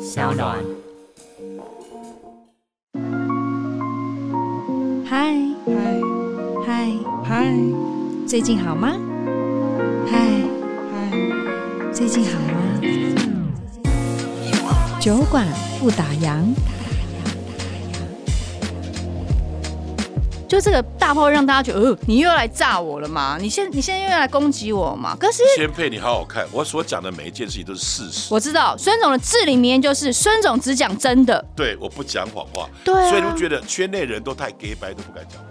小暖。嗨嗨嗨，嗨最近好吗？嗨，嗨，最近好吗？酒馆不打烊，就这个大炮让大家觉得，呃，你又来炸我了嘛？你现你现在又来攻击我嘛？可是先配你好好看，我所讲的每一件事情都是事实。我知道孙总的至理名言就是孙总只讲真的，对，我不讲谎话，对啊所以你们觉得圈内人都太 gay 白，都不敢讲。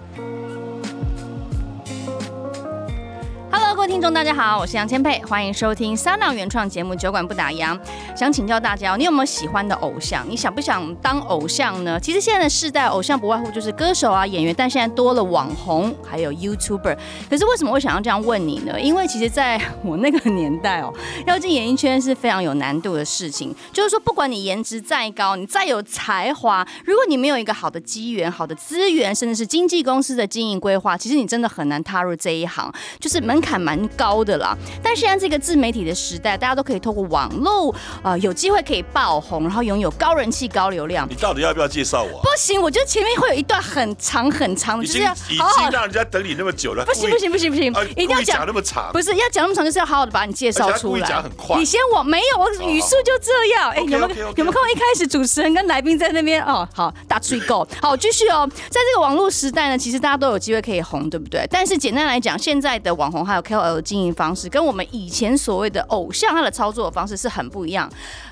Hello，各位听众，大家好，我是杨千佩，欢迎收听三浪原创节目《酒馆不打烊》。想请教大家哦，你有没有喜欢的偶像？你想不想当偶像呢？其实现在的世代，偶像不外乎就是歌手啊、演员，但现在多了网红，还有 YouTuber。可是为什么会想要这样问你呢？因为其实在我那个年代哦， 要进演艺圈是非常有难度的事情。就是说，不管你颜值再高，你再有才华，如果你没有一个好的机缘、好的资源，甚至是经纪公司的经营规划，其实你真的很难踏入这一行。就是门槛蛮高的啦。但现在这个自媒体的时代，大家都可以透过网络，呃，有机会可以爆红，然后拥有高人气、高流量。你到底要不要介绍我啊、不行，我觉得前面会有一段很长很长的，已就是经要已好经好。让人家等你那么久了，不行故不意行不行不行啊，一定要故意讲那么长。不是要讲那么长，就是要好好的把你介绍而且他出故意来。讲很快哦你嫌我没有，我语速就这样。哎、有没有 OK，OK，OK 有没有看过一开始主持人跟来宾在那边哦？好，打吹够。好，继续哦。在这个网络时代呢，其实大家都有机会可以红，对不对？但是简单来讲，现在的网红还有 KOL 的经营方式，跟我们以前所谓的偶像他的操作方式是很不一样。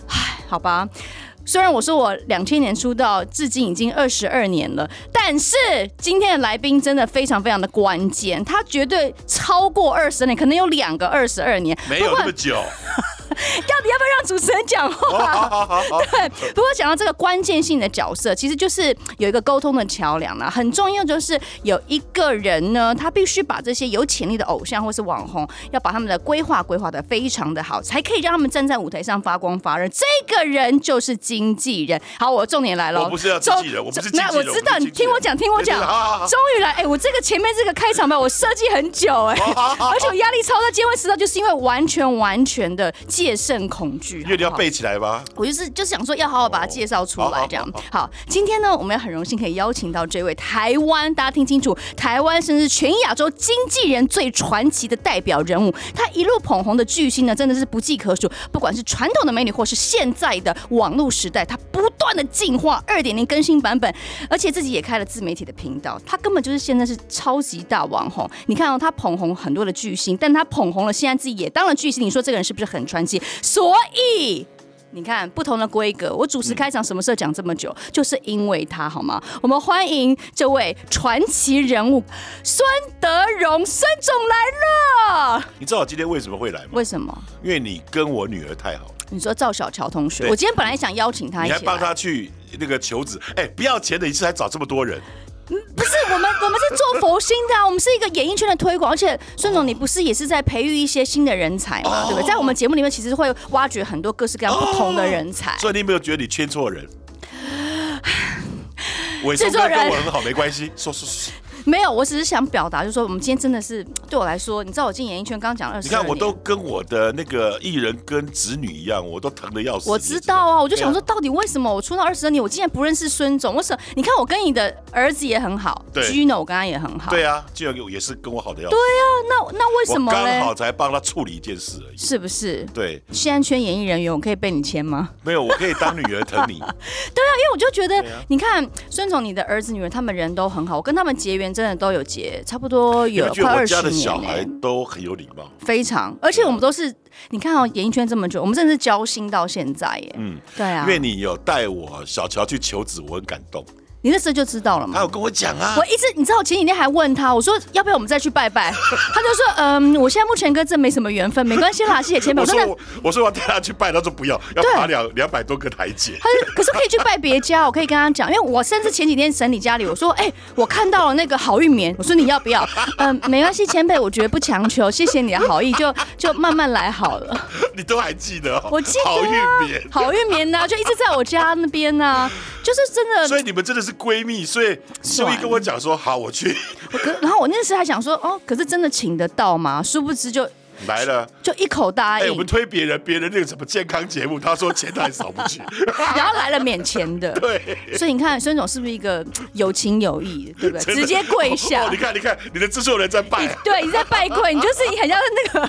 唉，好吧。虽然我说我两千年出道，至今已经二十二年了，但是今天的来宾真的非常非常的关键，他绝对超过二十年，可能有两个二十二年。没有不过那么久。到底要不要让主持人讲话？哦，好好好好。对， 不过讲到这个关键性的角色，其实就是有一个沟通的桥梁啦，很重要就是有一个人呢，他必须把这些有潜力的偶像或是网红，要把他们的规划规划的非常的好，才可以让他们站在舞台上发光发热。这个人就是经纪人。好，我重点来了，我不是要经纪人终我不是那经纪人我知道，我不是你经纪人听我讲，听我讲 对对对好好，好终于来，哎，我这个前面这个开场哎白我设计很久， 哎，而且我压力超大，今天会迟到，就是因为完全完全的戒慎恐惧，因为你要好不好背起来吗？我就是就是想说要好好把它介绍出好好来，好这样好好。今天呢，我们很荣幸可以邀请到这位台湾，大家听清楚，台湾甚至全亚洲经纪人最传奇的代表人物，他一路捧红的巨星呢，真的是不计可数。不管是传统的美女，或是现在的网络时代，他不断的进化，二点零更新版本，而且自己也开了自媒体的频道，他根本就是现在是超级大网红。你看哦，他捧红很多的巨星，但他捧红了，现在自己也当了巨星，你说这个人是不是很传奇？所以。你看不同的规格，我主持嗯开场什么时候讲这么久，就是因为他好吗？我们欢迎这位传奇人物孙德荣，孙总来了。你知道我今天为什么会来吗？为什么？因为你跟我女儿太好了，你说赵小乔同学，对我今天本来想邀请他一你还起帮来，她去那个求子。哎，不要钱的一次还找这么多人，不是我们，我们是做佛心的、啊，我们是一个演艺圈的推广，而且孙哦总你不是也是在培育一些新的人才嘛，对不对？在我们节目里面其实会挖掘很多各式各样不同的人才。所以你有没有觉得你圈错人？伟制松作哥人跟我很好，没关系。说说说，没有，我只是想表达，就是说我们今天真的是对我来说，你知道我进演艺圈刚刚讲二十，你看，我都跟我的那个艺人跟子女一样，我都疼的要死。我知道啊，我就想说，对到底为什么我出道二十二年，我竟然不认识孙总？为什么？你看我跟你的儿子也很好对，Gino 我跟他也很好，啊啊，对啊，就有也是跟我好的要死。那那为我什么刚嘞？好才帮他处理一件事而已。是不是？对，现在圈演艺人员，我可以被你签吗？没有，我可以当女儿 疼你。因为我就觉得对啊，你看孙总，你的儿子女儿他们人都很好，我跟他们结缘真的都有结，差不多你有们觉快得我二家十的小年孩啊嘞，都很有礼貌。非常。而且我们都是，你看哦，演艺圈这么久，我们真的是交心到现在耶。嗯，对啊因，为你有带我小乔去求子，我很感动。你那时候就知道了嘛他。有跟我讲啊嗯我，一直，你知道，我前几天还问他，我说要不要我们再去拜 拜？他就说，嗯，我现在目前跟这没什么缘分，没关系啦，谢谢前 辈。我我说说那，我我说我要带他去拜，他说不要，要对爬两两百多个台阶。 他就可是可以去拜别家，我可以跟他讲，因为我甚至前几天整理家里，我说，哎、我看到了那个好运棉，我说你要不要？嗯，没关系，前辈，我觉得不强求，谢谢你的好意，就就慢慢来好了。你都还记得哦？我记得、好啊运棉，。好运棉啊呢、就一直在我家那边呢、就是真的。所以你们真的是闺蜜，所以秀一跟我讲说，好，我去。 可然后我那时还想说，哦，可是真的请得到吗？殊不知就来了。就一口答哎、应我，们推别人，别人那个什么健康节目，他说钱他也扫不去。然后来了免钱 的。对，所以你看，孙总是不是一个有情有义，对不对？真的直接跪下。哦，你看，你看，你的制作人在拜你。对，你在拜跪，你就是很像那个，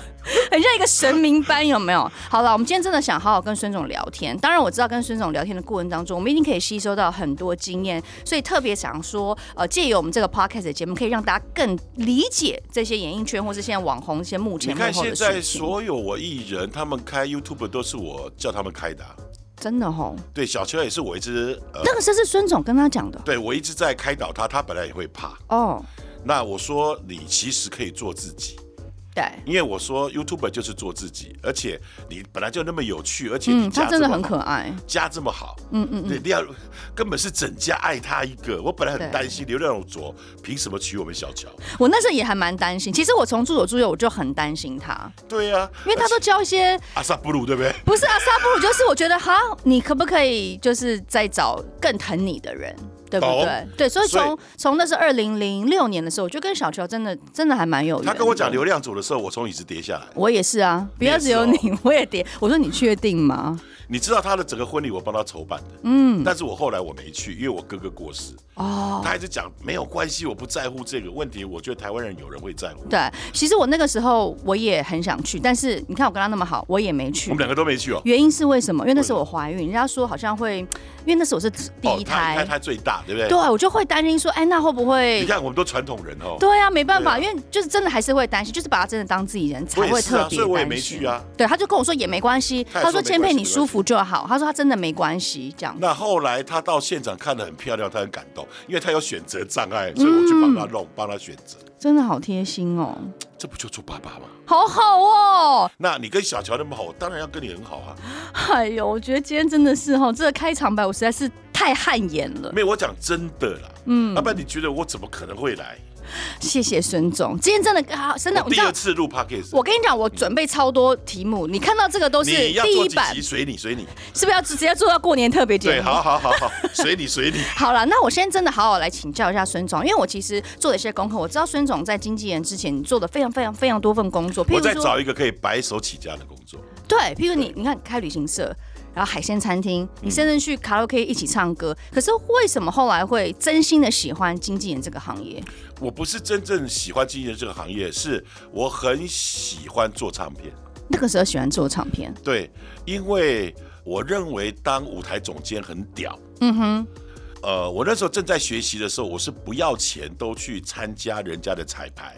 很像一个神明般，有没有？好了，我们今天真的想好好跟孙总聊天。当然，我知道跟孙总聊天的过程当中，我们一定可以吸收到很多经验，所以特别想说，呃，借由我们这个 podcast 的节目，可以让大家更理解这些演艺圈或是现在网红一些幕你前幕看后现的在事情。所有我艺人，他们开 YouTube 都是我叫他们开的啊、真的吼，对，小秋也是我一直呃，那个时候是孙总跟他讲的对我一直在开导他，他本来也会怕。哦，那我说你其实可以做自己，对。因为我说 YouTube 就是做自己，而且你本来就那么有趣，而且你嗯，家他真的这么很可爱。家这么好，嗯嗯嗯，对，廖根本是整家爱他一个。我本来对很担心刘亮卓凭什么娶我们小乔？我那时候也还蛮担心。其实我从住所住右，我就很担心他，对呀、啊，因为他都教一些阿萨布鲁对不对？不是啊，沙布鲁就是我觉得哈，你可不可以就是再找更疼你的人，对不对懂？对，所以所从以从那是二零零六年的时候，我就跟小乔真的真的还蛮有缘的。他跟我讲刘亮佐的时候，我从椅子跌下来。我也是啊，不要只有你也你，我也点。我说你确定吗？你知道他的整个婚礼我帮他筹办的，嗯，但是我后来我没去，因为我哥哥过世。哦，他一直讲没有关系，我不在乎这个问题。我觉得台湾人有人会在乎，对，其实我那个时候我也很想去，但是你看我跟他那么好，我也没我去们。两个都没去哦。原因是为什么？因为那时候我怀孕，人家说好像会，因为那时候我是第哦一他胎他，他最大，对不对？对，我就会担心说，哎，那会不会你看我们都传统人哦。对啊，没办法，对因为就是真的还是会担心，就是把他真的当自己人才我也会是特啊，别所以我也担没心去。啊。对，他就跟我说也没关系，他也他说说没千关佩系你舒服就好，他说他真的没关系这样。那后来他到现场看得很漂亮，他很感动，因为他有选择障碍，所以我去帮他弄，帮他选择，真的好贴心哦，这不就做爸爸吗？好好哦。那你跟小乔那么好，我当然要跟你很好啊。哎呦，我觉得今天真的是哦，这个开场白我实在是太汗颜了。没有，我讲真的啦，嗯，要不然你觉得我怎么可能会来？谢谢孙总，今天真的啊，真的，我你第知道二，次录 podcast，我跟你讲，我准备超多题目，你看到这个都是你要第做一几版集，随你随你，是不是要直接做到过年特别节目？对，好好好 好，随你 随你。好了，那我现在真的好好来请教一下孙总，因为我其实做了一些功课，我知道孙总在经纪人之前，你做的非常非常非常多份工作，譬我如再说，找一个可以白手起家的工作，对，譬如你，你看开旅行社，然后海鲜餐厅，你甚至去卡拉 OK 一起唱歌，可是为什么后来会真心的喜欢经纪人这个行业？我不是真正喜欢经营这个行业，是我很喜欢做唱片。那个时候喜欢做唱片，对，因为我认为当舞台总监很屌。嗯哼，呃，我那时候正在学习的时候，我是不要钱都去参加人家的彩排。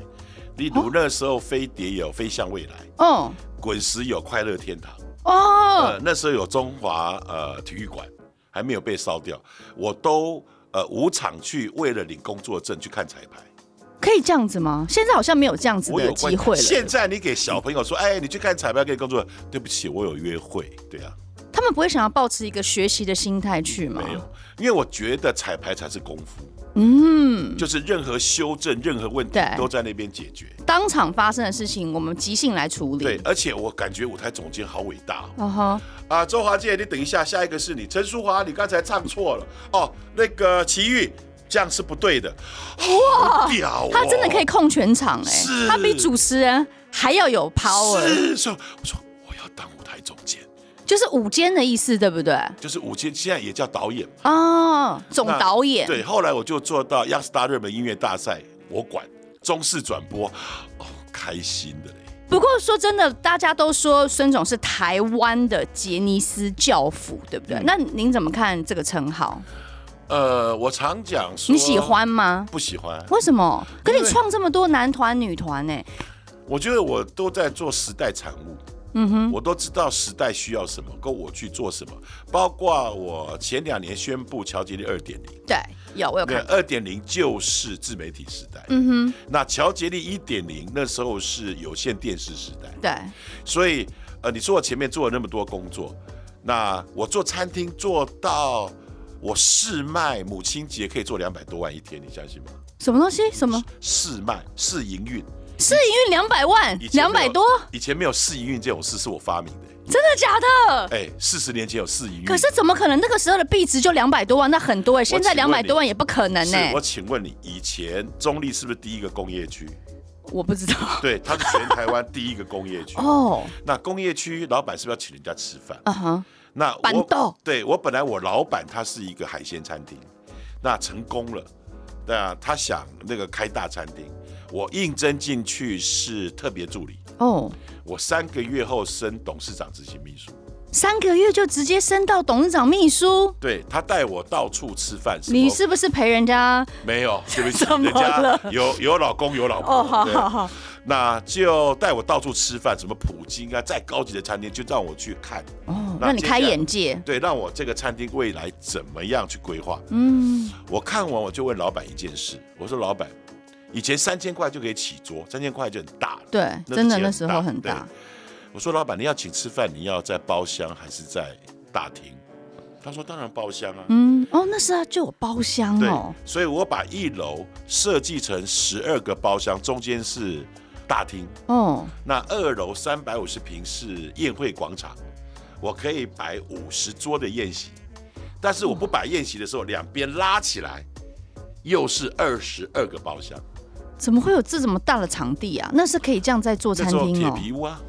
例如那时候飞碟有《飞向未来》，哦滚石有《快乐天堂》，哦，呃，那时候有中华呃体育馆还没有被烧掉，我都呃无偿去为了领工作证去看彩排。可以这样子吗？现在好像没有这样子我的有机会现了，在你给小朋友说，哎，你去看彩排，给你工作，对不起，我有约会。对啊，他们不会想要保持一个学习的心态去吗？没有，因为我觉得彩排才是功夫，嗯，就是任何修正、任何问题对都在那边解决。当场发生的事情，我们即兴来处理。对，，而且我感觉舞台总监好伟大哦哦吼。啊！周华健，你等一下，下一个是你，陈淑华，你刚才唱错了哦。那个齐豫，这样是不对的。哇，屌、哦！他真的可以控全场哎、是他比主持人还要有 power，是，所以我说我要当舞台总监，就是舞监的意思，对不对？就是舞监现在也叫导演嘛。哦，总导演，对，后来我就做到央视大热门音乐大赛，我管中视转播，哦，开心的嘞。不过说真的，大家都说孙总是台湾的杰尼斯教父，对不对？嗯那您怎么看这个称号？呃，我常讲说你喜欢吗？不喜欢？为什么？可你因为创这么多男团、女团哎、我觉得我都在做时代产物。嗯哼，我都知道时代需要什么，跟我去做什么。包括我前两年宣布乔杰利二点零，对，有我有对看，，二点零就是自媒体时代。嗯哼，那乔杰利一点零那时候是有线电视时代，对，所以呃，你说我前面做了那么多工作，那我做餐厅做到我试卖，母亲节可以做两百多万一天，你相信吗？什么东西？什么？试卖、试营运，试营运两百万以，前两没有百多，以前没有试营运这种事是我发明的、真的假的？哎，四十年前有试营运，可是怎么可能？那个时候的币值就两百多万，那很多哎、请现问在两百你多万也不可能欸是呢、我请问你，以前中立是不是第一个工业区？我不知道。对，它是全台湾第一个工业区。哦，那工业区老板是不是要请人家吃饭？嗯哼，那板我豆对我本来我老板他是一个海鲜餐厅，那成功了，那他想那个开大餐厅，我应征进去是特别助理，哦，我三个月后升董事长执行秘书，三个月就直接升到董事长秘书，对他带我到处吃饭，什么你是不是陪人家？没有，对不起，怎么人家了有有老公有老婆，哦，好对好好，那就带我到处吃饭，什么普京啊，再高级的餐厅就让我去看，哦，那让你接开下来眼界。对，让我这个餐厅未来怎么样去规划。嗯，我看完我就问老板一件事，我说老板，以前三千块就可以起桌，三千块就很大了。对，那真的钱那时候很对大。我说老板，你要请吃饭，你要在包厢还是在大厅？他说当然包厢啊。嗯，哦，那时候就有包厢对哦，，所以我把一楼设计成十二个包厢，中间是大厅，哦，那二楼三百五十平是宴会广场，我可以摆五十桌的宴席，但是我不摆宴席的时候，两边拉起来又是二十二个包厢。怎么会有这这么大的场地啊？那是可以这样在做那餐时候厅铁哦。皮屋啊，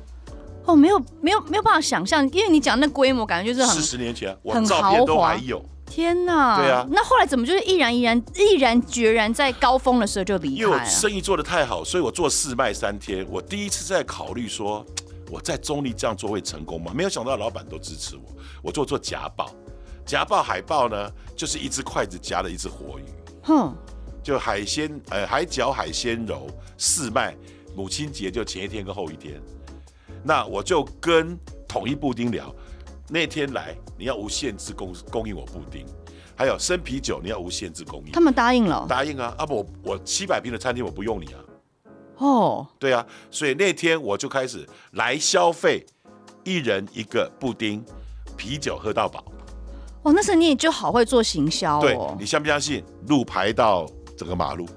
哦，没有没有没有办法想象，因为你讲那规模，感觉就是很四十年前我很照片都豪华嗯还有，天哪。对啊那后来怎么就是毅然毅然毅然决然在高峰的时候就离因开为我了？生意做得太好，所以我做四卖三天。我第一次在考虑说，我在中立这样做会成功吗？没有想到老板都支持我，我做做夹报，夹报海报呢，就是一只筷子夹了一只活鱼。哼，就海鲜呃海角海鲜柔四卖，母亲节就前一天跟后一天。那我就跟统一布丁聊，那天来你要无限制供供应我布丁，还有生啤酒你要无限制供应他。们答应了答应啊，啊不，我我七百平的餐厅我不用你啊，哦。对啊，所以那天我就开始来消费，一人一个布丁，啤酒喝到饱。哦，那时候你也就好会做行销对哦你。相不相信？路排到整个马路，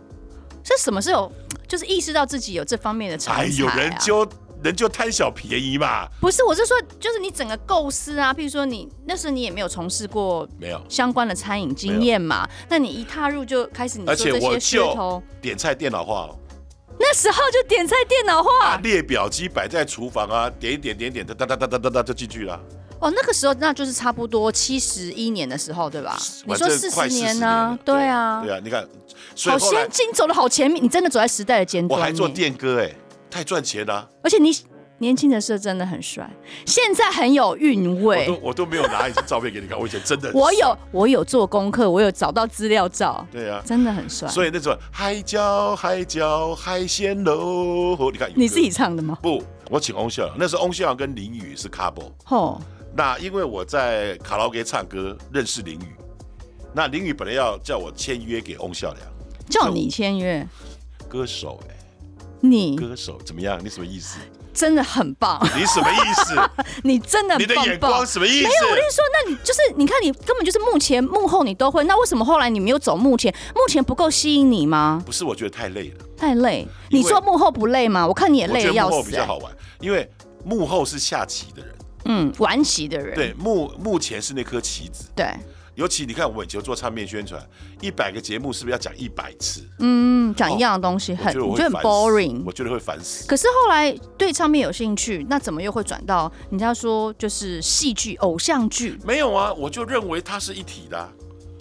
是什么时候就是意识到自己有这方面的长才、啊？哎，有人就人就贪小便宜嘛，不是，我是说，就是你整个构思啊，譬如说你那时候你也没有从事过没有。相关的餐饮经验嘛，那你一踏入嗯就开始你说而且这我些就噱头，点菜电脑化、哦，那时候就点菜电脑把化列表机摆在厨房啊，点一点点一点，哒哒哒哒哒哒哒就进去了。哦，那个时候那就是差不多七十一年的时候，对吧？你反说正四快十40呢、了对啊，对啊，你看，所以好后来先进，哦走的好前面，你真的走在时代的尖我端。还做，电哥哎、太赚钱了、而且你年轻的时候真的很帅，现在很有韵我味都。我都没有拿以前照片给你看，我以前真的 很我有，我有做功课，我有找到资料照，对啊，真的很帅。所以那种海角海角海鲜楼，你看有你歌自己唱的吗？不？我请翁秀阳，那时候翁秀阳跟林宇是 couple。吼，那因为我在卡拉 OK 唱歌认识林宇，那林宇本来要叫我签约给翁孝良叫你签约，歌手哎、你歌手怎么样？你什么意思？真的很棒， 你什么意思？你真的你很的棒眼棒光。什么意没嗯有，我跟你啊思？说，那你就是你看，你根本就是幕前幕后你都会，那为什么后来你没有走幕前？幕前不够吸引你吗？不是，我觉得太累了。太累，因你为做幕后不累吗？我看你也我累觉得得要幕后死、比较欸。好玩，因为幕后是下棋的人，嗯，玩棋的人，对幕幕前是那颗棋子。对，尤其你看，我们以前做唱片宣传，一百个节目是不是要讲一百次？嗯，讲一样的东西我觉很，得你我觉会得很烦死 boring 我。觉得会烦死。可是后来对唱片有兴趣，那怎么又会转到人家说就是戏剧、偶像剧，没有啊，我就认为它是一体的啊、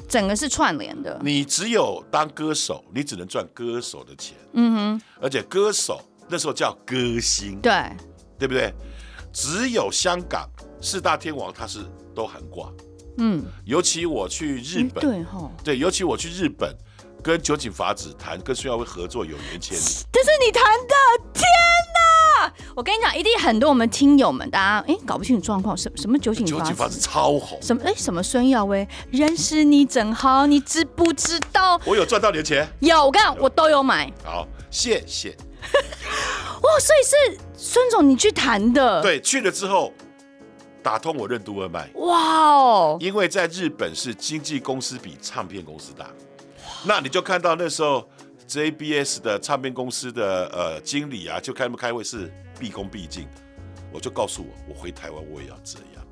整个是串联的？你只有当歌手，你只能赚歌手的钱。嗯哼，而且歌手那时候叫歌星，对，对不对？只有香港四大天王他是都横挂，嗯，尤其我去日嗯本，对吼。对尤其我去日本跟酒井法子谈，跟孙耀威合作有缘千里，这是你弹的，天哪！我跟你讲，一定很多我们听友们，大家哎搞不清楚状况，什什么酒井酒井法法子子，超红，什么哎什么孙耀威，认识你正好，你知不知道？我有赚到你的钱，有，我跟你讲，我都有买好，谢谢。哇，所以是孙总你去弹的，，对，去了之后打通我任督二脉，哇哦，因为在日本是经纪公司比唱片公司大，那你就看到那时候 JBS 的唱片公司的呃经理啊，就开不开会是毕恭毕敬，我就告诉我，我回台湾我也要这样，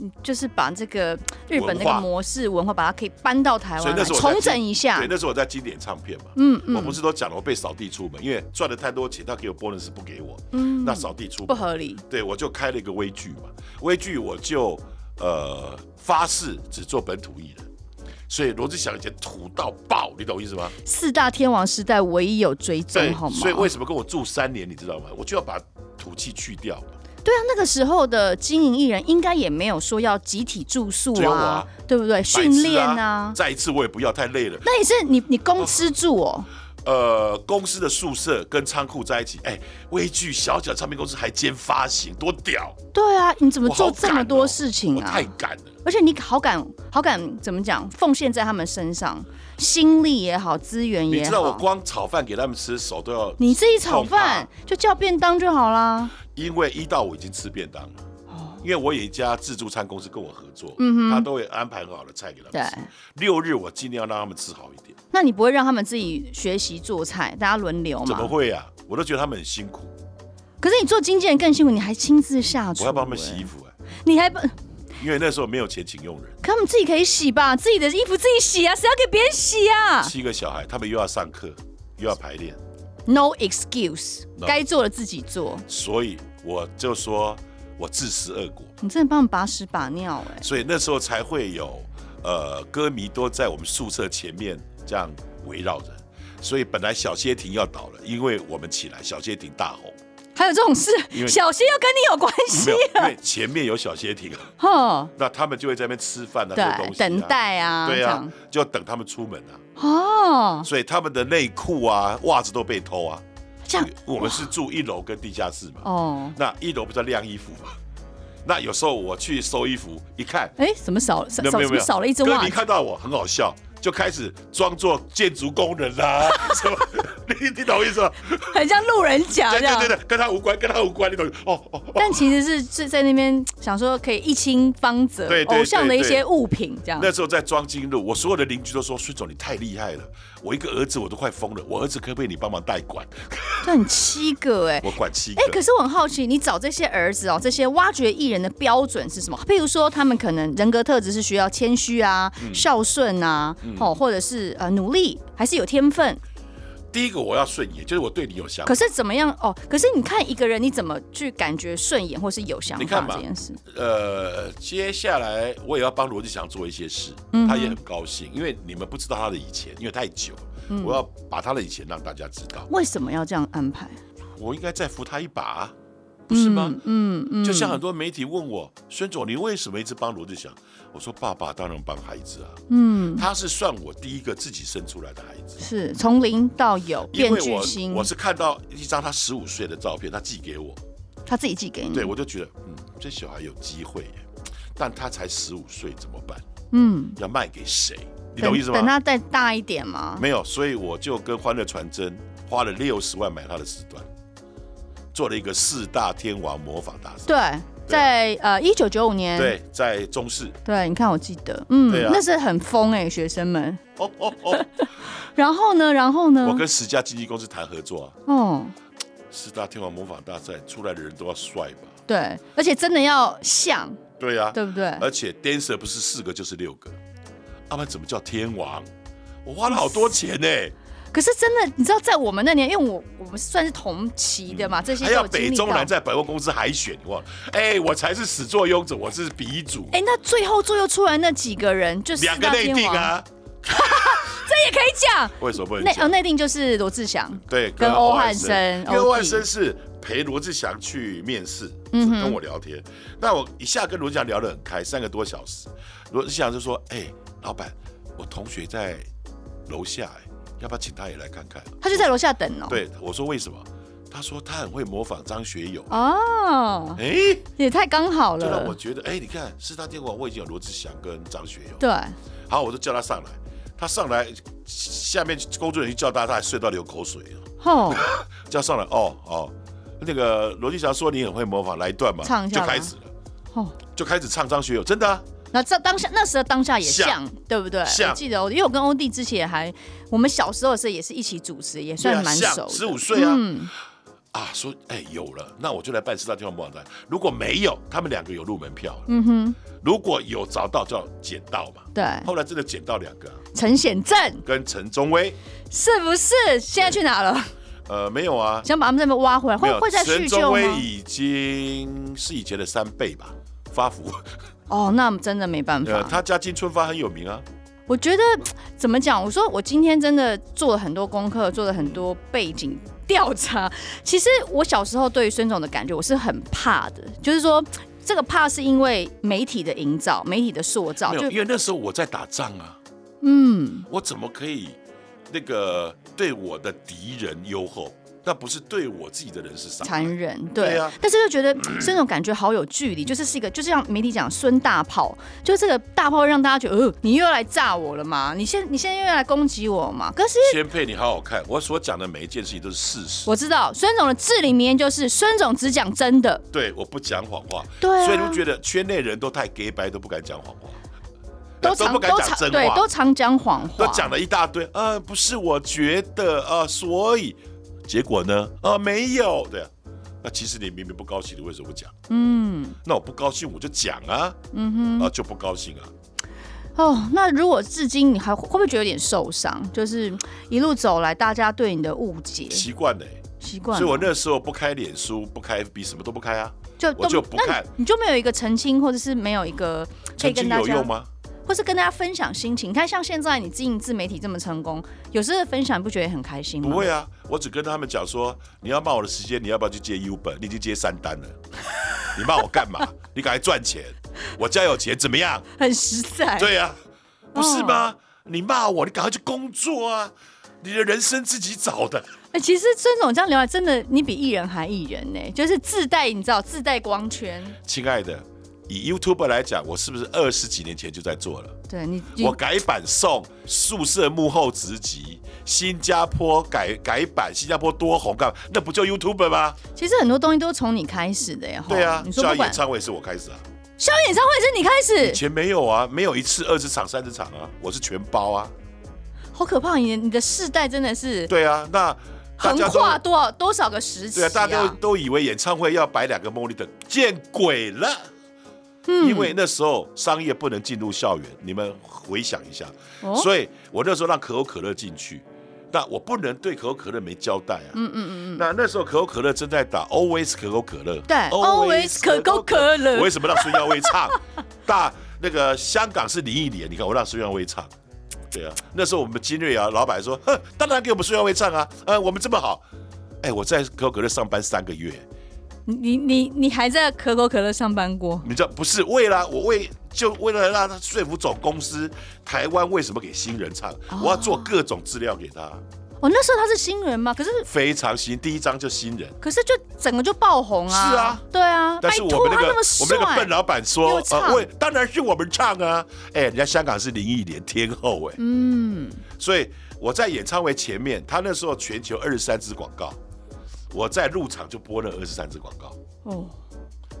嗯就是把这个日本那文个化模式文化，把它可以搬到台所以湾来那时候我在重整一下对，。那时候我在经典唱片嘛，嗯我不嗯是都讲了我被扫地出门，因为赚了太多钱，他给我 bonus 不给我，嗯，那扫地出不门，合理。对我就开了一个微剧嘛，微剧我就呃发誓只做本土艺人，所以罗志祥以前土到爆，你懂我意思吗？四大天王时代唯一有追踪，好吗？所以为什么跟我住三年，你知道吗？我就要把土气去掉嘛，对啊，那个时候的经营艺人应该也没有说要集体住宿只有我啊啊，对不对？白痴训练啊啊，再一次我也不要太累了。那也是你你公吃住哦，呃，公司的宿舍跟仓库在一起，哎、微剧小小唱片公司还兼发行，多屌！对啊，你怎么做我好这赶么多哦事情我啊？太敢了。而且你好敢好敢怎么讲，奉献在他们身上，心力也好，资源也你好。知道我光炒饭给他们吃，手都要。你自己炒饭就叫便当就好啦。因为一到五已经吃便当了。因为我有一家自助餐公司跟我合作，哦嗯哼他都会安排很好的菜给他对们吃。六日我尽量让他们吃好一点。那你不会让他们自己学习做菜，大家轮流怎么嘛？会啊？我都觉得他们很辛苦，可是你做经纪人更辛苦，你还亲自下厨、欸我要帮他们洗衣服啊，你还不可因为那时候没有钱请佣人，他们自己可以洗吧？自己的衣服自己洗啊，谁要给别人洗啊七个小孩，他们又要上课，又要排练， ？No excuse， No 该做的自己做。所以我就说我自食恶果。你真的帮我们把屎把尿哎、所以那时候才会有呃歌迷都在我们宿舍前面这样围绕着。所以本来小街亭要倒了，因为我们起来，小街亭大红。还有这种事，因为小心要跟你有关系 没有，因为前面有小街亭，哦。 那他们就会在那边吃饭啊，喝对东，西、啊，等。待啊，对这啊样，就等他们出门啊，哦，所以他们的内裤啊、袜子都被偷 啊。这样我们是住一楼跟地下室嘛，哦，那一楼不是要晾衣服嘛？ 那有时候我去收衣服，一看哎，怎么少少没有少没怎有没么有，少了一只歌袜迷子？看到我很好笑，就开始装作建筑工人啦、什么， 你你懂我意 思吗？很像路人甲对这对样对。对，跟他无关，跟他无关，你懂？哦哦哦，但其实是是在那边想说可以一清方泽对对对偶像的一些物品这样。那时候在庄金路，我所有的邻居都说：“孙总你太厉害了，我一个儿子我都快疯了，我儿子可不可以你帮忙代管？这很七个哎。我管七个哎，。可是我很好奇，你找这些儿子哦，这些挖掘艺人的标准是什么？譬如说，他们可能人格特质是需要谦虚啊、嗯孝顺啊，哦，或者是呃努力，还是有天分？第一个我要顺眼，就是我对你有想法可。是怎么样哦？可是你看一个人，你怎么去感觉顺眼或是有想你法看嘛这件事？呃，接下来我也要帮罗志祥做一些事，嗯他也很高兴，因为你们不知道他的以前，因为太久了，嗯我要把他的以前让大家知道。为什么要这样安排？我应该再扶他一把啊，不是吗？嗯嗯，就像很多媒体问我，孙总，你为什么一直帮罗志祥？我说爸爸当然帮孩子啊，嗯他是算我第一个自己生出来的孩子，啊是从零到有因变为巨我星，我是看到一张他十五岁的照片，他寄给我，他自己寄给你。对我就觉得，嗯，这小孩有机会耶，但他才十五岁，怎么办？嗯，要卖给谁？你等懂意思等吗？他再大一点嘛。没有，所以我就跟欢乐传真花了六十万买他的时段，做了一个四大天王模仿大赛。对，在呃一九九五年，啊对，在中视。对你看我记得，嗯，对啊那是很疯哎、学生们。哦哦哦，然后呢，然后呢我，跟十家经纪公司谈合作啊，哦，四大天王模仿大赛出来的人都要帅吧？对，而且真的要像，对啊呀、对不对？而且 dancer 不是四个就是六个，要不然怎么叫天王？我花了好多钱呢、可是真的，你知道，在我们那年，因为我我们算是同期的嘛，这些嗯还都有要经历北到中南在百货公司海选，你忘了？哎、我才是始作俑者，我是鼻祖，哎、那最后最后出来那几个人，就是两个内定啊，这也可以讲。为什么不能内哦，讲？内定就是罗志祥，对，跟欧汉生因为欧汉 OT 生是陪罗志祥去面试，嗯嗯，哼跟我聊天。那我一下跟罗志祥聊得很开，三个多小时。罗志祥就说：“哎、老板，我同学在楼下、哎，要不要请他也来看看他就在楼下等哦。？”，对，我说为什么？他说他很会模仿张学友。哦，哎、也太刚好就让我了。觉得，哎、你看四大天王我已经有罗志祥跟张学友，对，好，我就叫他上来。他上来，下面工作人员叫他，他还睡到流口水啊。吼，叫上来哦哦，那个罗志祥说你很会模仿，来一段嘛，唱一下吧哦就开始了，吼，就开始唱张学友，真的、啊，那这当下那时候当下也像，对不对？像我记得，我因为我跟欧弟之前还，我们小时候的时候也是一起主持，也对算啊，蛮熟像的。十五岁啊、嗯，啊，说哎有了，那我就来办四大天王模仿赛。如果没有，他们两个有入门票，嗯哼，如果有找到叫捡到嘛。对，后来真的捡到两个啊、陈显正跟陈忠威，是不是现在去哪了？呃，没有啊，想把他们那边挖回来，没会有会再陈叙忠旧威吗？已经是以前的三倍吧，发福。哦，那真的没办呃，法。他家金春发很有名啊，我觉得怎么讲？我说我今天真的做了很多功课，做了很多背景调查。 其实我小时候对于孙总的感觉，我是很怕的，就是说这个怕是因为媒体的营造、媒体的塑造，没啊就有，因为那时候我在打仗啊，嗯，我怎么可以那个对我的敌人优厚？那不是对我自己的人是伤害残忍，对。对啊但是就觉得 孙总感觉好有距离，就是是一个，就是像媒体讲孙大炮，就这个大炮会让大家觉得，呃，你又要来炸我了嘛？你现你现在又要来攻击我嘛？可是 先配你好好看，我所讲的每一件事情都是事实。我知道孙总的至理名言就是孙总只讲真的，对，我不讲谎话，对啊所以你们觉得圈内人都太 gay 白，都不敢讲谎话，常不敢都讲常真对话，都常讲谎都话，讲了一大堆。呃，不是，我觉得，呃，所以，结果呢？呃，没有，对啊。那其实你明明不高兴，你为什么不讲？嗯那我不高兴我就讲啊，嗯哼。啊、就不高兴啊。哦，那如果至今你还会不会觉得有点受伤？就是一路走来，大家对你的误解习惯了欸、习惯了，所以我那时候不开脸书，不开 FB，什么都不开啊。就我就不那你看你就没有一个澄清，或者是没有一个可以曾跟经大有家用吗？或是跟大家分享心情。你看，像现在你经营自媒体这么成功，有时候分享你不觉得也很开心吗？不会啊，我只跟他们讲说，你要骂我的时间，你要不要去接 U 本？你已经接三单 了，你骂我干嘛？你赶快赚钱，我家有钱怎么样？很实在。对啊，不是吗？哦你骂我，你赶快去工作啊！你的人生自己找的，哎、其实孙总这样聊来，真的你比艺人还艺人呢、就是自带你知道自带光圈。亲爱的。以 YouTube 来讲，我是不是二十几年前就在做了？对你，你我改版送宿舍幕后职级，新加坡改改版，新加坡多红干嘛？那不就 YouTube 吗？其实很多东西都是从你开始的耶。吼对哦啊你，说校不园管演唱会是我开始啊，校园演唱会是你开以始，前没有啊，没有一次二十场、三十场啊，我是全包啊。好可怕！你的你的世代真的是对啊，那大横家都跨多少多少个时期、对啊，大家都都以为演唱会要摆两个 monitor，见鬼了！嗯因为那时候商业不能进入校园，你们回想一下，哦所以我那时候让可口可乐进去，那我不能对可口可乐没交代啊。嗯嗯嗯那那时候可口可乐正在打 Always 可口可乐，对，always 可口可我为乐，什么让孙耀威唱？大那个香港是林忆莲，你看我让孙耀威唱。对啊，那时候我们金瑞啊，老板说，哼，当然给我们孙耀威唱啊，呃，我们这么好。哎，我在可口可乐上班三个月，你你你还在可口可乐上班过？你知道不是为了我为就为了让他说服总公司，台湾为什么给新人唱，我要做各种资料给他，哦，那时候他是新人嘛，可是非常新，第一张就新人。可是就整个就爆红啊！是啊，对啊。但是拜我托们那他个那么我们那个帅笨老板说又，唱呃，为当然是我们唱啊，哎，人家香港是林忆莲天后哎，嗯，所以我在演唱会前面，他那时候全球二十三支广告，我在入场就播了二十三支广告。哦，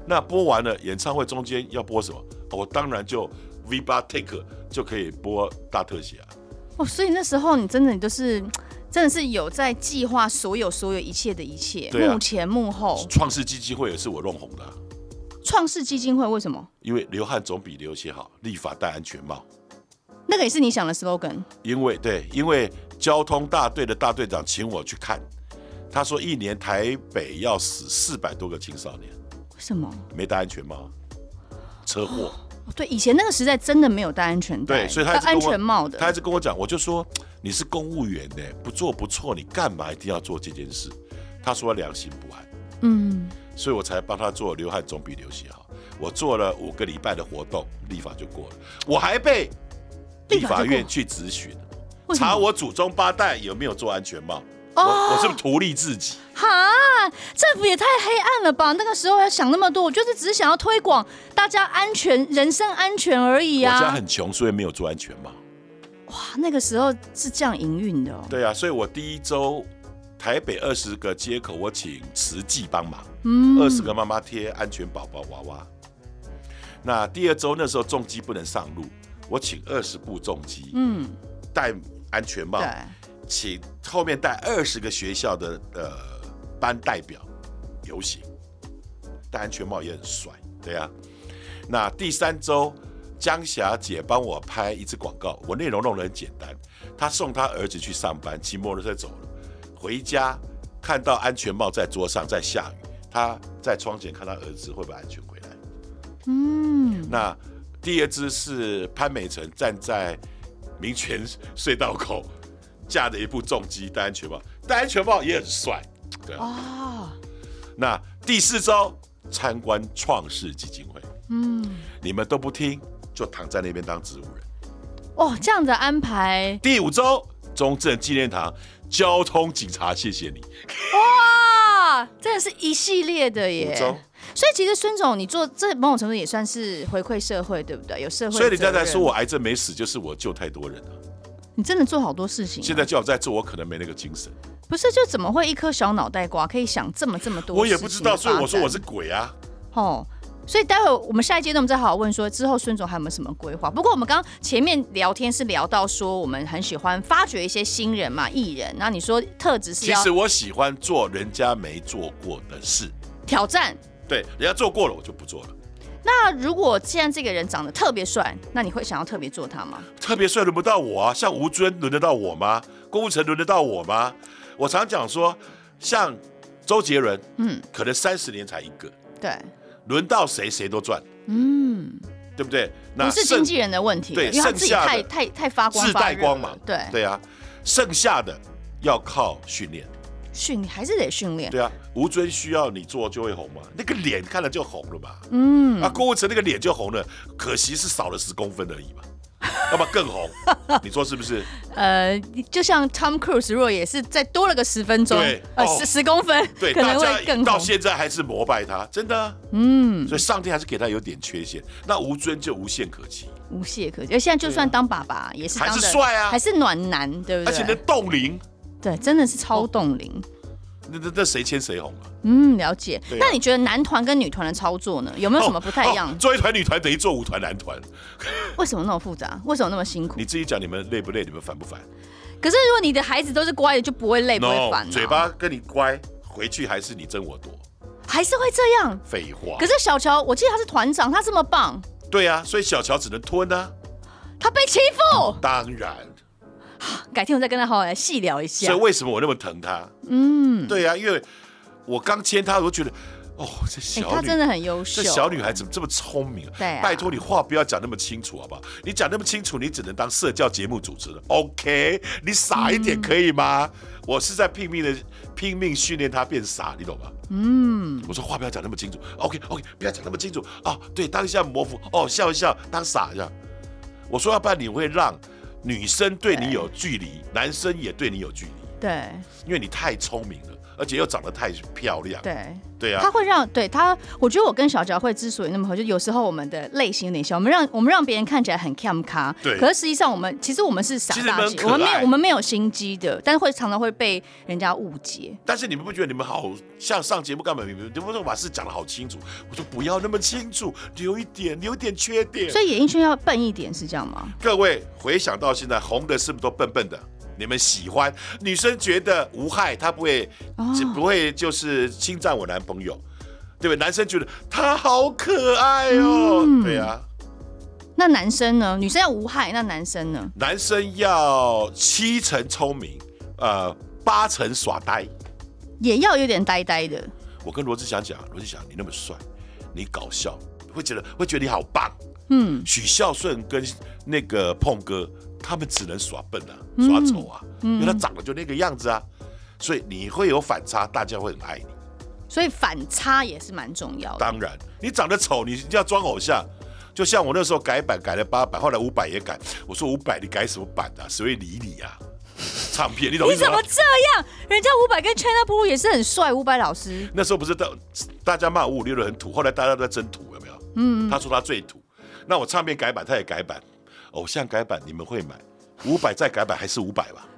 那播完了，演唱会中间要播什么？哦我当然就 V 八 Take 就可以播大特写啊。哦，所以那时候你真的你就是真的是有在计划所有所有一切的一切，对啊幕前幕后，创世基金会也是我弄红的啊、创世基金会为什么？因为流汗总比流血好，立法戴安全帽。那个也是你想的 slogan，因为对，因为交通大队的大队长请我去看，他说一年台北要死四百多个青少年，为什么？没戴安全帽啊，车祸。哦对，以前那个时代真的没有戴安全带，对，所以他戴一直跟安我全帽他一的，直跟我讲，我就说你是公务员呢、不做不错，你干嘛一定要做这件事？他说良心不安，嗯，所以我才帮他做流汗总比流血好。我做了五个礼拜的活动，立法就过了，我还被立立法就过法院去质询，为什查么？我祖宗八代有没有做安全帽。哦我我是不是图利自己？哈，政府也太黑暗了吧！那个时候还想那么多，我就是只是想要推广大家安全、人身安全而已我家啊。很穷，所以没有做安全帽。哇，啊那个时候是这样营运的哦。对啊，所以我第一周台北二十个街口，我请慈济帮忙，嗯二十个妈妈贴安全宝宝娃娃。那第二周那时候重机不能上路，我请二十部重机，嗯，戴安全帽对，，请后面带二十个学校的呃班代表流行，戴安全帽也很帅，对呀、那第三周，江霞姐帮我拍一支广告，我内容弄得很简单，她送她儿子去上班，骑摩托车走了，回家看到安全帽在桌上，在下雨，她在窗前看她儿子会不会安全回来。嗯，那第二支是潘美辰站在民权隧道口，架着一部重机戴安全帽，戴安全帽也很帅，对啊。哦，那第四周参观创世基金会，嗯，你们都不听，就躺在那边当植物人。哇，哦这样的安排，第五周中正纪念堂交通警察，谢谢你。哇，真的是一系列的耶五周。所以其实孙总，你做这某种程度也算是回馈社会，对不对？有 社会，嗯所以人家在说我，癌症没死，就是我救太多人了。你真的做好多事情啊、现在叫我在做，我可能没那个精神，不是就怎么会一颗小脑袋瓜可以想这么这么多？我也不知道。所以我说我是鬼啊。哦，所以待会我们下一阶段我们再好好问说，之后孙总还有没有什么规划？不过我们刚刚前面聊天是聊到说，我们很喜欢发掘一些新人嘛，艺人。然后你说特质是其要实我喜欢做人家没做过的事，挑战。对，人家做过了我就不做了。那如果既然这个人长得特别帅，那你会想要特别做他吗？特别帅轮不到我啊，像吴尊轮得到我吗？郭富城轮得到我吗？我常讲说，像周杰伦，嗯，可能三十年才一个，对，轮到谁谁都赚，嗯，对不对？不是剩经纪人的问题，啊对因为他自己剩下太的太太发光自发带热光了芒，对，对啊，剩下的要靠训练，训还是得训练，对啊，吴尊需要你做就会红嘛，那个脸看了就红了嘛，嗯，啊，郭富城那个脸就红了，可惜是少了十公分而已嘛，要不然更红，你说是不是？呃，就像 Tom Cruise 如果也是再多了个十分钟对，呃，哦十十公分，对，可大能会家更到红。现在还是膜拜他，真的啊、嗯，所以上帝还是给他有点缺陷。那吴尊就无懈可击，无懈可击。而现在就算当爸爸，也是当啊还的是帅啊还是暖男，对不而且那对？冻龄，对，真的是超冻龄。那那那谁牵谁红啊？嗯，了解。对啊那你觉得男团跟女团的操作呢，有没有什么不太一样哦哦？做一团女团等于做五团男团，为什么那么复杂？为什么那么辛苦你？自己讲你们累不累？你们烦不烦可是如果你的孩子都是乖的，就不会累，不会烦啊。嘴巴跟你乖，回去还是你争我夺，还是会这样。废话可。是小乔，我记得他是团长，他这么棒，对啊，所以小乔只能吞啊。他被欺负。当然，改天我再跟他好好来细聊一下所以。为什么我那么疼他？嗯，对啊，因为我刚牵他，我都觉得，哦，这哎、小她女真的很优秀。这小女孩怎么这么聪明、啊？对啊拜托你话不要讲那么清楚，好不好？你讲那么清楚，你只能当社交节目主持人。OK，你傻一点可以吗？嗯我是在拼命的拼命训练她变傻，你懂吗？嗯，我说话不要讲那么清楚。OK OK，不要讲那么清楚哦。对，当一下模糊哦，笑一笑，当傻一下。我说，要不然你会让女生对你有距离，男生也对你有距离，对因为你太聪明了，而且又长得太漂亮。对，对啊他，会让对他，我觉得我跟小乔会之所以那么合，就有时候我们的类型有点像，我们让我们让别人看起来很 cam 咖，对可是实际上我们其实我们是傻其实大蛮姐，可我们没有爱我们没有心机的，但是会常常会被人家误解。但是你们不觉得你们好像上节目干嘛？你们你们都把事讲得好清楚。我说不要那么清楚，留一点，留一点缺点。所以演艺圈要笨一点是这样吗？各位回想到现在，红的是不是都笨笨的？你们喜欢女生觉得无害，她不会、哦就不会就是侵占我男朋友，对不对？男生觉得她好可爱哦，嗯对啊。那男生呢？女生要无害，那男生呢？男生要七成聪明，呃，八成耍呆。也要有点呆呆的。我跟罗志祥讲，罗志祥你那么帅，你搞笑，会觉得会觉得你好棒。嗯，许孝顺跟那个碰哥，他们只能耍笨啊，嗯耍丑啊，因为他长得就那个样子啊，所以你会有反差，大家会很爱你。所以反差也是蛮重要的。当然，你长得丑，你要装偶像。就像我那时候改版改了八百，后来五百也改，我说五百你改什么版啊？谁会理你啊？唱片，你懂我你意思怎吗么？这样？人家伍佰跟 China 也是很帅，伍佰老师。那时候不是大大家骂五五六六很土，后来大家都在争土，有没有？嗯，他说他最土，那我唱片改版他也改版，偶像改版你们会买，五百再改版还是五百吧？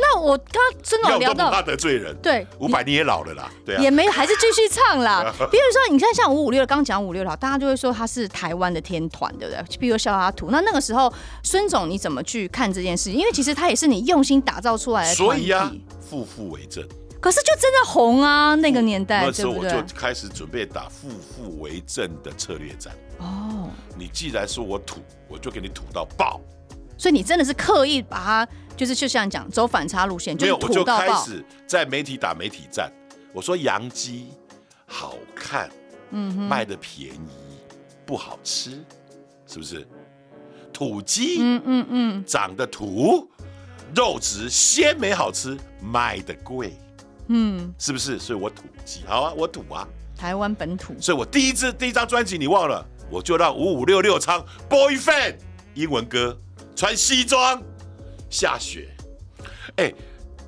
那我刚刚孙要总都聊不到怕，得罪人。对，五百你也老了啦，对啊也，没有，还是继续唱 啦。比如说，你看像五五六，刚讲五六六，大家就会说他是台湾的天团，对不对？比如笑他土。那那个时候，孙总你怎么去看这件事情？因为其实他也是你用心打造出来的团所啊体。以啊，负负为正，可是就真的红啊，那个年代，嗯那对时候不我对？就开始准备打负负为政的策略战。哦，你既然说我土，我就给你土到爆。所以你真的是刻意把它，就是就像你讲走反差路线，没是有，我就土到开爆。始在媒体打媒体战。我说洋鸡好看，嗯哼，卖的便宜，不好吃，是不是？土鸡嗯嗯嗯，长得土，肉质鲜美好吃，卖的贵，嗯，是不是？所以我土鸡，好啊，我土啊。台湾本土所以我第一支第一张专辑你忘了，我就让五五六六唱 Boyfriend 英文歌，穿西装，下雪，哎，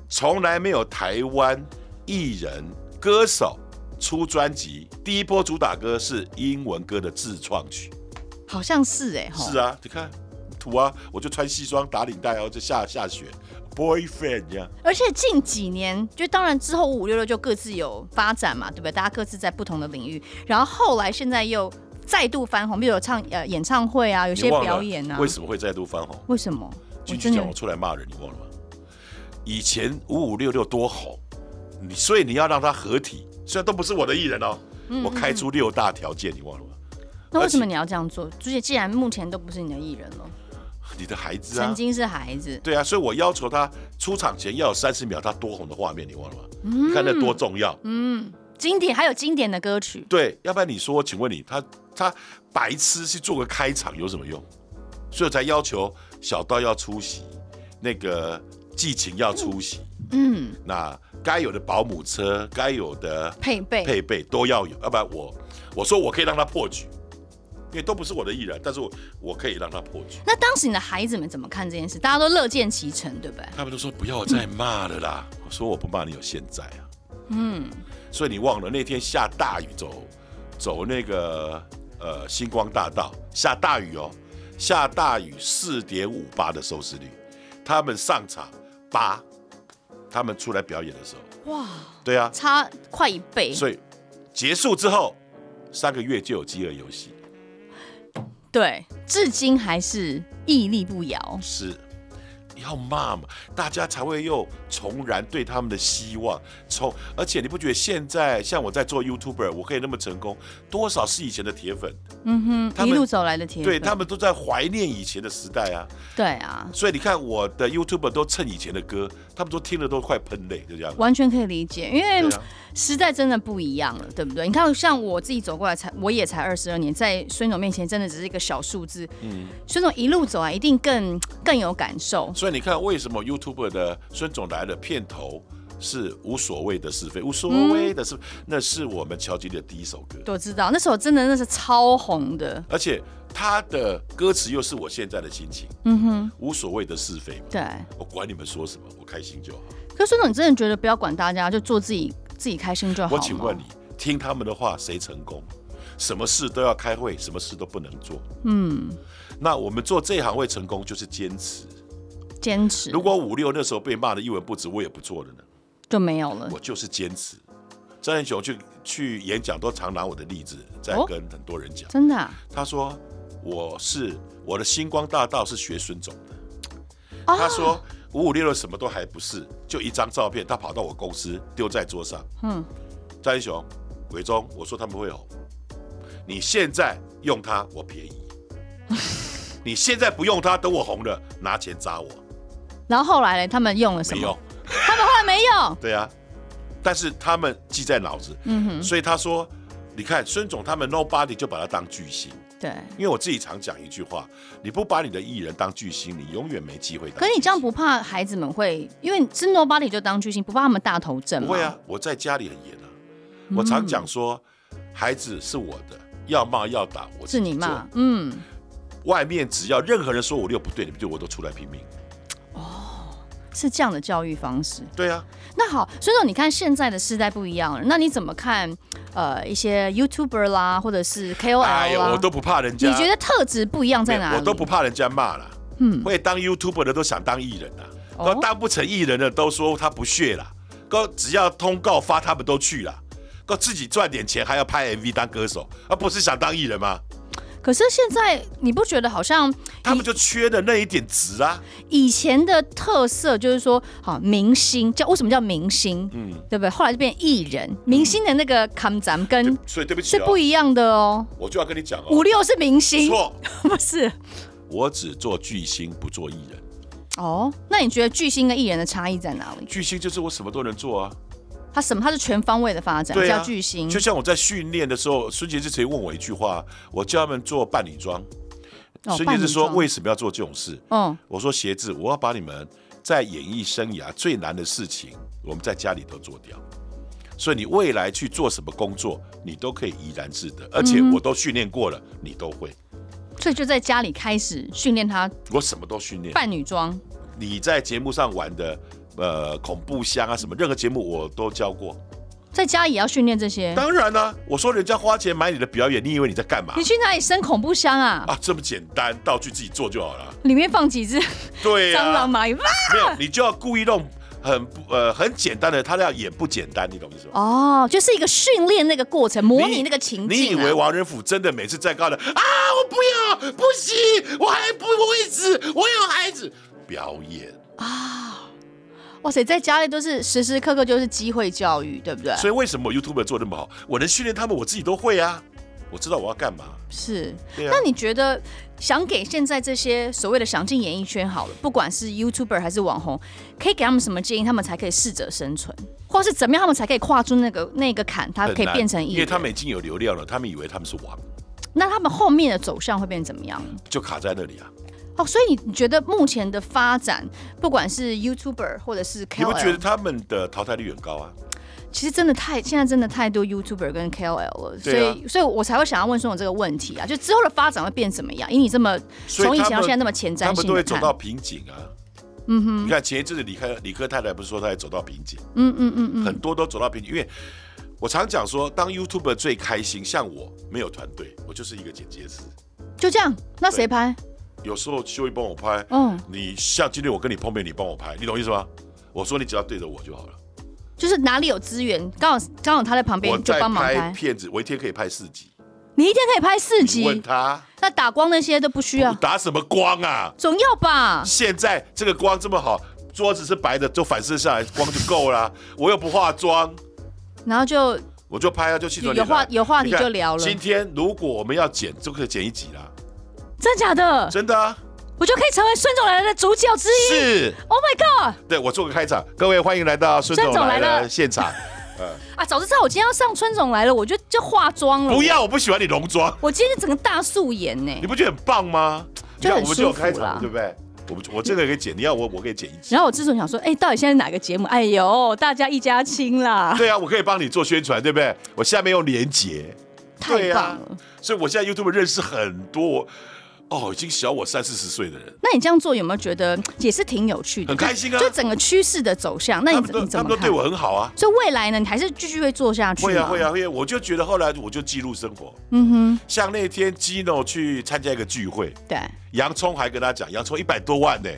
从来没有台湾艺人歌手出专辑，第一波主打歌是英文歌的自创曲。好像是哎、吼是啊，你看土啊，我就穿西装打领带，然后就下下雪，Boyfriend 这样。而且近几年，就当然之后五五六六就各自有发展嘛，对不对？大家各自在不同的领域，然后后来现在又再度翻红，比如有唱呃演唱会啊，有些你忘了表演啊，为什么会再度翻红？为什么？我进去真的讲我出来骂人，你忘了吗？以前五五六六多红，你所以你要让他合体，虽然都不是我的艺人哦，嗯我开出六大条件，你忘了吗？那为什么而且你要这样做？朱姐，既然目前都不是你的艺人了，你的孩子啊曾，经是孩子，对啊，所以我要求他出场前要有三十秒他多红的画面，你忘了吗？你看那多重要，嗯，经典还有经典的歌曲，对，要不然你说，请问你他他白痴去做个开场有什么用？所以我才要求小道要出席，那个季晴要出席，嗯，那该有的保姆车，该有的配备，配备都要有，要不然我我说我可以让他破局，因为都不是我的艺人，但是我我可以让他破局。那当时你的孩子们怎么看这件事？大家都乐见其成，对不对？他们都说不要再骂了啦，我说我不骂你有现在啊，嗯，所以你忘了那天下大雨走走那个呃星光大道下大雨哦，下大雨四点五八的收视率，他们上场八，他们出来表演的时候，哇，对啊，差快一倍，所以结束之后三个月就有饥饿游戏。对，至今还是屹立不摇。是要骂嘛，大家才会又重燃对他们的希望。从而且你不觉得现在像我在做 YouTuber，我可以那么成功，多少是以前的铁粉，嗯他哼，们一路走来的铁粉，对他们都在怀念以前的时代啊。对啊，所以你看我的 YouTuber 都蹭以前的歌，他们都听了都快喷泪，就这样。完全可以理解，因为对啊时代真的不一样了，对不对？你看，像我自己走过来才，我也才二十二年，在孙总面前真的只是一个小数字。嗯，孙总一路走来，一定更更有感受。所以你看为什么 YouTuber 的孙总来了片头是无所谓的是非，无所谓的是，那是我们乔吉的第一首歌。我知道那时候真的那是超红的，而且他的歌词又是我现在的心情，嗯哼，无所谓的是非嘛。对。我管你们说什么，我开心就好。可是孙总，你真的觉得不要管大家，就做自己自己开心就好我吗请问你，，听他们的话，谁成功？什么事都要开会，什么事都不能做。嗯，那我们做这一行会成功，就是坚持。坚持如果五六那时候被骂的一文不值，我也不做了呢。就没有了我。就是坚持。张仁雄去去演讲都常拿我的例子在哦跟很多人讲。真的啊、他说我是我的星光大道是学孙总的。哦他说五五六六什么都还不是，就一张照片，他跑到我公司丢在桌上。嗯，张英雄、伟忠，我说他们会红，你现在用它，我 便宜；你现在不用它，等我红了拿钱砸我，然后后来嘞，他们用了什没么？用。他们后来没用。对啊，但是他们记在脑子，嗯哼，所以他说，你看孙总他们 nobody 就把他当巨星。对。因为我自己常讲一句话，你不把你的艺人当巨星，你永远没机会当巨可星。你这样不怕孩子们会，因为你是 nobody 就当巨星，不怕他嗯们大头症吗？不会啊，我在家里很严啊。我常讲说，孩子是我的，要骂要打，我自是己你骂做。，嗯，外面只要任何人说我六不对，你不对，我都出来拼命。是这样的教育方式。对啊，那好，孙总，你看现在的世代不一样了，那你怎么看？呃，一些 YouTuber 啦，或者是 KOL 啦，哎呀，我都不怕人家。你觉得特质不一样在哪没里？有我都不怕人家骂啦。嗯会当 YouTube 的都想当艺人啊，哦都当不成艺人的都说他不屑啦，哥只要通告发他们都去啦，哥自己赚点钱还要拍 MV 当歌手，啊不是想当艺人吗？可是现在你不觉得好像他们就缺的那一点值啊。以前的特色就是说，好明星叫为什么叫明星，嗯，对不对？后来就变艺人，明星的那个 come 咱们跟所以对不起、是嗯哦，不一样的哦。我就要跟你讲五哦，六是明星，错， 不是我只做巨星，不做艺人。哦。那你觉得巨星跟艺人的差异在哪里？巨星就是我什么都能做啊。他什么？他是全方位的发展，对啊叫巨星。就像我在训练的时候，孙杰之前问我一句话，我叫他们做伴侣装。哦孙扮杰女之说装为什么要做这种事？嗯，我说鞋子，我要把你们在演艺生涯最难的事情，我们在家里都做掉。所以你未来去做什么工作，你都可以怡然自得，而嗯且我都训练过了，你都会。所以就在家里开始训练他我什么都训练。扮女装。你在节目上玩的，呃，恐怖箱啊什么，任何节目我都教过。在家也要训练这些。当然啦、我说人家花钱买你的表演，你以为你在干嘛你？去哪里生恐怖箱啊？啊，这么简单，道具自己做就好了。里面放几只对蟑啊螂、，蚂蚁？哇没有，你就要故意弄很不呃很简单的，他要演不简单，你懂意思吗？哦，就是一个训练那个过程，模拟那个情境、啊你以为王仁甫真的每次在高的啊？我不要，不行，我还不会死，我有孩子。表演，哇塞，在家里都是时时刻刻就是机会教育，对不对？所以为什么 YouTube 做得那么好？我能训练他们，我自己都会啊，我知道我要干嘛。是。对啊那，你觉得想给现在这些所谓的想进演艺圈好了，不管是 YouTuber 还是网红，可以给他们什么建议，他们才可以适者生存，或是怎么样，他们才可以跨出那个那个坎，他很可以难变成艺因为人？他们已经有流量了，他们以为他们是王，那他们后面的走向会变成怎么样？就卡在那里啊。哦，所以你觉得目前的发展，不管是 YouTuber 或者是你 KOL，不觉得他们的淘汰率很高啊？其实真的太现在真的太多 YouTuber 跟 KOL 了，所对啊以所以我才会想要问宋总这个问题啊，就之后的发展会变怎么样？以你这么所从以以前到他们现在那么前瞻性他的们都会走看到瓶颈啊。嗯哼，你看前一阵子李克李克太太不是说她也走到瓶颈，嗯嗯嗯嗯，很多都走到瓶颈，因为我常讲说，当 YouTuber 最开心，像我没有团队，我就是一个剪接师，就这样，那谁拍？有时候修一帮我拍，嗯，你像今天我跟你碰面，你帮我拍，你懂意思吗？我说你只要对着我就好了，就是哪里有资源，刚好刚好他在旁我边就在帮忙拍拍。片子，我一天可以拍四集，你一天可以拍四你问集，他那打光那些都不需要，打什么光啊？总要吧？现在这个光这么好，桌子是白的，就反射下来光就够啦。我又不化妆，然后就我就拍啊，就去有有话有话题就聊了今天如果我们要剪，就可以剪一集啦，真假的，真 的啊，我就可以成为孙总来的主角之一。是。 Oh my god！对我做个开场，各位欢迎来到孙总孙总来来了了现场。啊，早知道我今天要上春总来了，我就就化妆了。不，要，我不喜欢你浓妆，我今天整个大素颜呢、你不觉得很棒吗？就很你看我们就有舒服开场啦了，对不对？我们我这个可以剪，你要我我可以剪一 集。然后我自从想说，哎、到底现在哪个节目？哎呦，大家一家亲啦，对啊，我可以帮你做宣传，对不对？我下面用连结，太对棒啊了。所以我现在 YouTube 认识很多，哦，已经小我三四十岁的人，那你这样做有没有觉得嗯也是挺有趣的？很开心啊就整个趋势的走向，那他你们怎都你他怎们么都对看？我很好啊。所以未来呢，你还是继续会做下去会啊吗会。啊会啊！我就觉得后来我就记录生活，嗯像那天 Gino 去参加一个聚会，哼，对。洋葱还跟他讲，洋葱一百多万呢、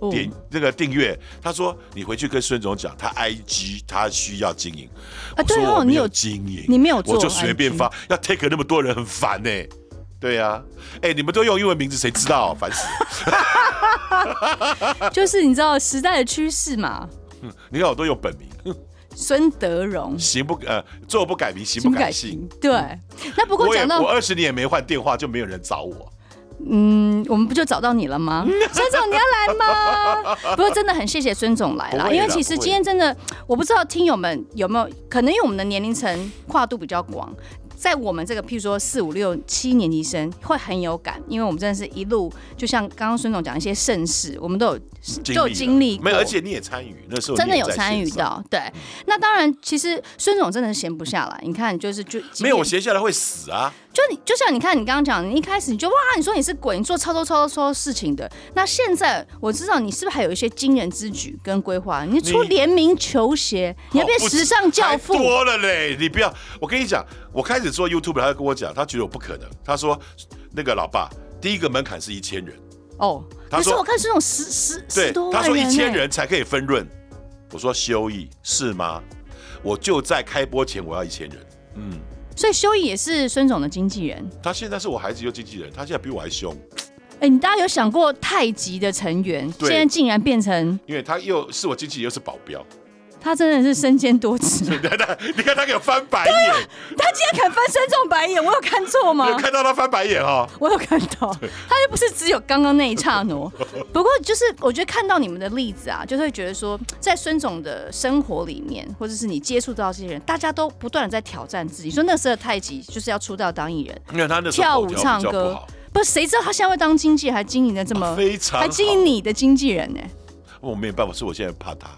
哦点那个订阅，他说你回去跟孙总讲，他 IG 他需要经营啊我说对哦我你没有有经营，你没有做我就随便 IG 发，要 take 那么多人很烦呢、对啊，哎、你们都用英文名字，谁知道、烦死了！呃就是你知道时代的趋势嘛，嗯你看我都用本名，孙德荣。行不呃，做不改名，行情不感改姓。型对，嗯那不过我也讲到我二十年也没换电话，就没有人找我。嗯，我们不就找到你了 吗？孙总，你要来吗？不过真的很谢谢孙总来不啦，会啦因为其实不会今天真的，我不知道听友们有没有，可能因为我们的年龄层跨度比较广。在我们这个，譬如说四五六七年级生会很有感，因为我们真的是一路，就像刚刚孙总讲一些盛世，我们都有经就有了经历过，没有，而且你也参与，那时候真的你也有在参与线上。嗯到。对，那当然，其实孙总真的是闲不下来，你看就是就没有，我闲下来会死啊！就你就像你看，你刚刚讲，你一开始你就哇，你说你是鬼，你做超多超多超多事情的。那现在我知道你是不是还有一些惊人之举跟规划？你出你联名球鞋，你要变哦不止时尚教太父。多了嘞！你不要，我跟你讲，我开始做 YouTube，他就跟我讲，他觉得我不可能。他说，那个老爸，第一个门槛是一千人，哦，他可是说我看是那种十十十对多，他万说人、一欸，千人才可以分润。我说修益是吗？我就在开播前我要一千人，嗯，所以修义也是孙总的经纪人。他现在是我孩子又经纪人，他现在比我还凶，哎，你大家有想过太极的成员，现对在竟然变成因为他又是我经纪人又是保镖。 他真的是身兼多职？你看他给我翻白眼，他竟然敢翻身这种白眼，我有看错你有吗？看到他翻白眼哦？我有看到，他又不是只有刚刚那一刹那。不过就是我觉得看到你们的例子啊，就会觉得说，在孙总的生活里面，或者是你接触到这些人，大家都不断的在挑战自己。说那时候的太极就是要出道当艺人，因为他那时跳候舞口条唱比较不歌好，，不，谁知道他现在会当经纪人，还经营的这么，啊非常还经营你的经纪人呢、好我没有办法，是我现在怕他，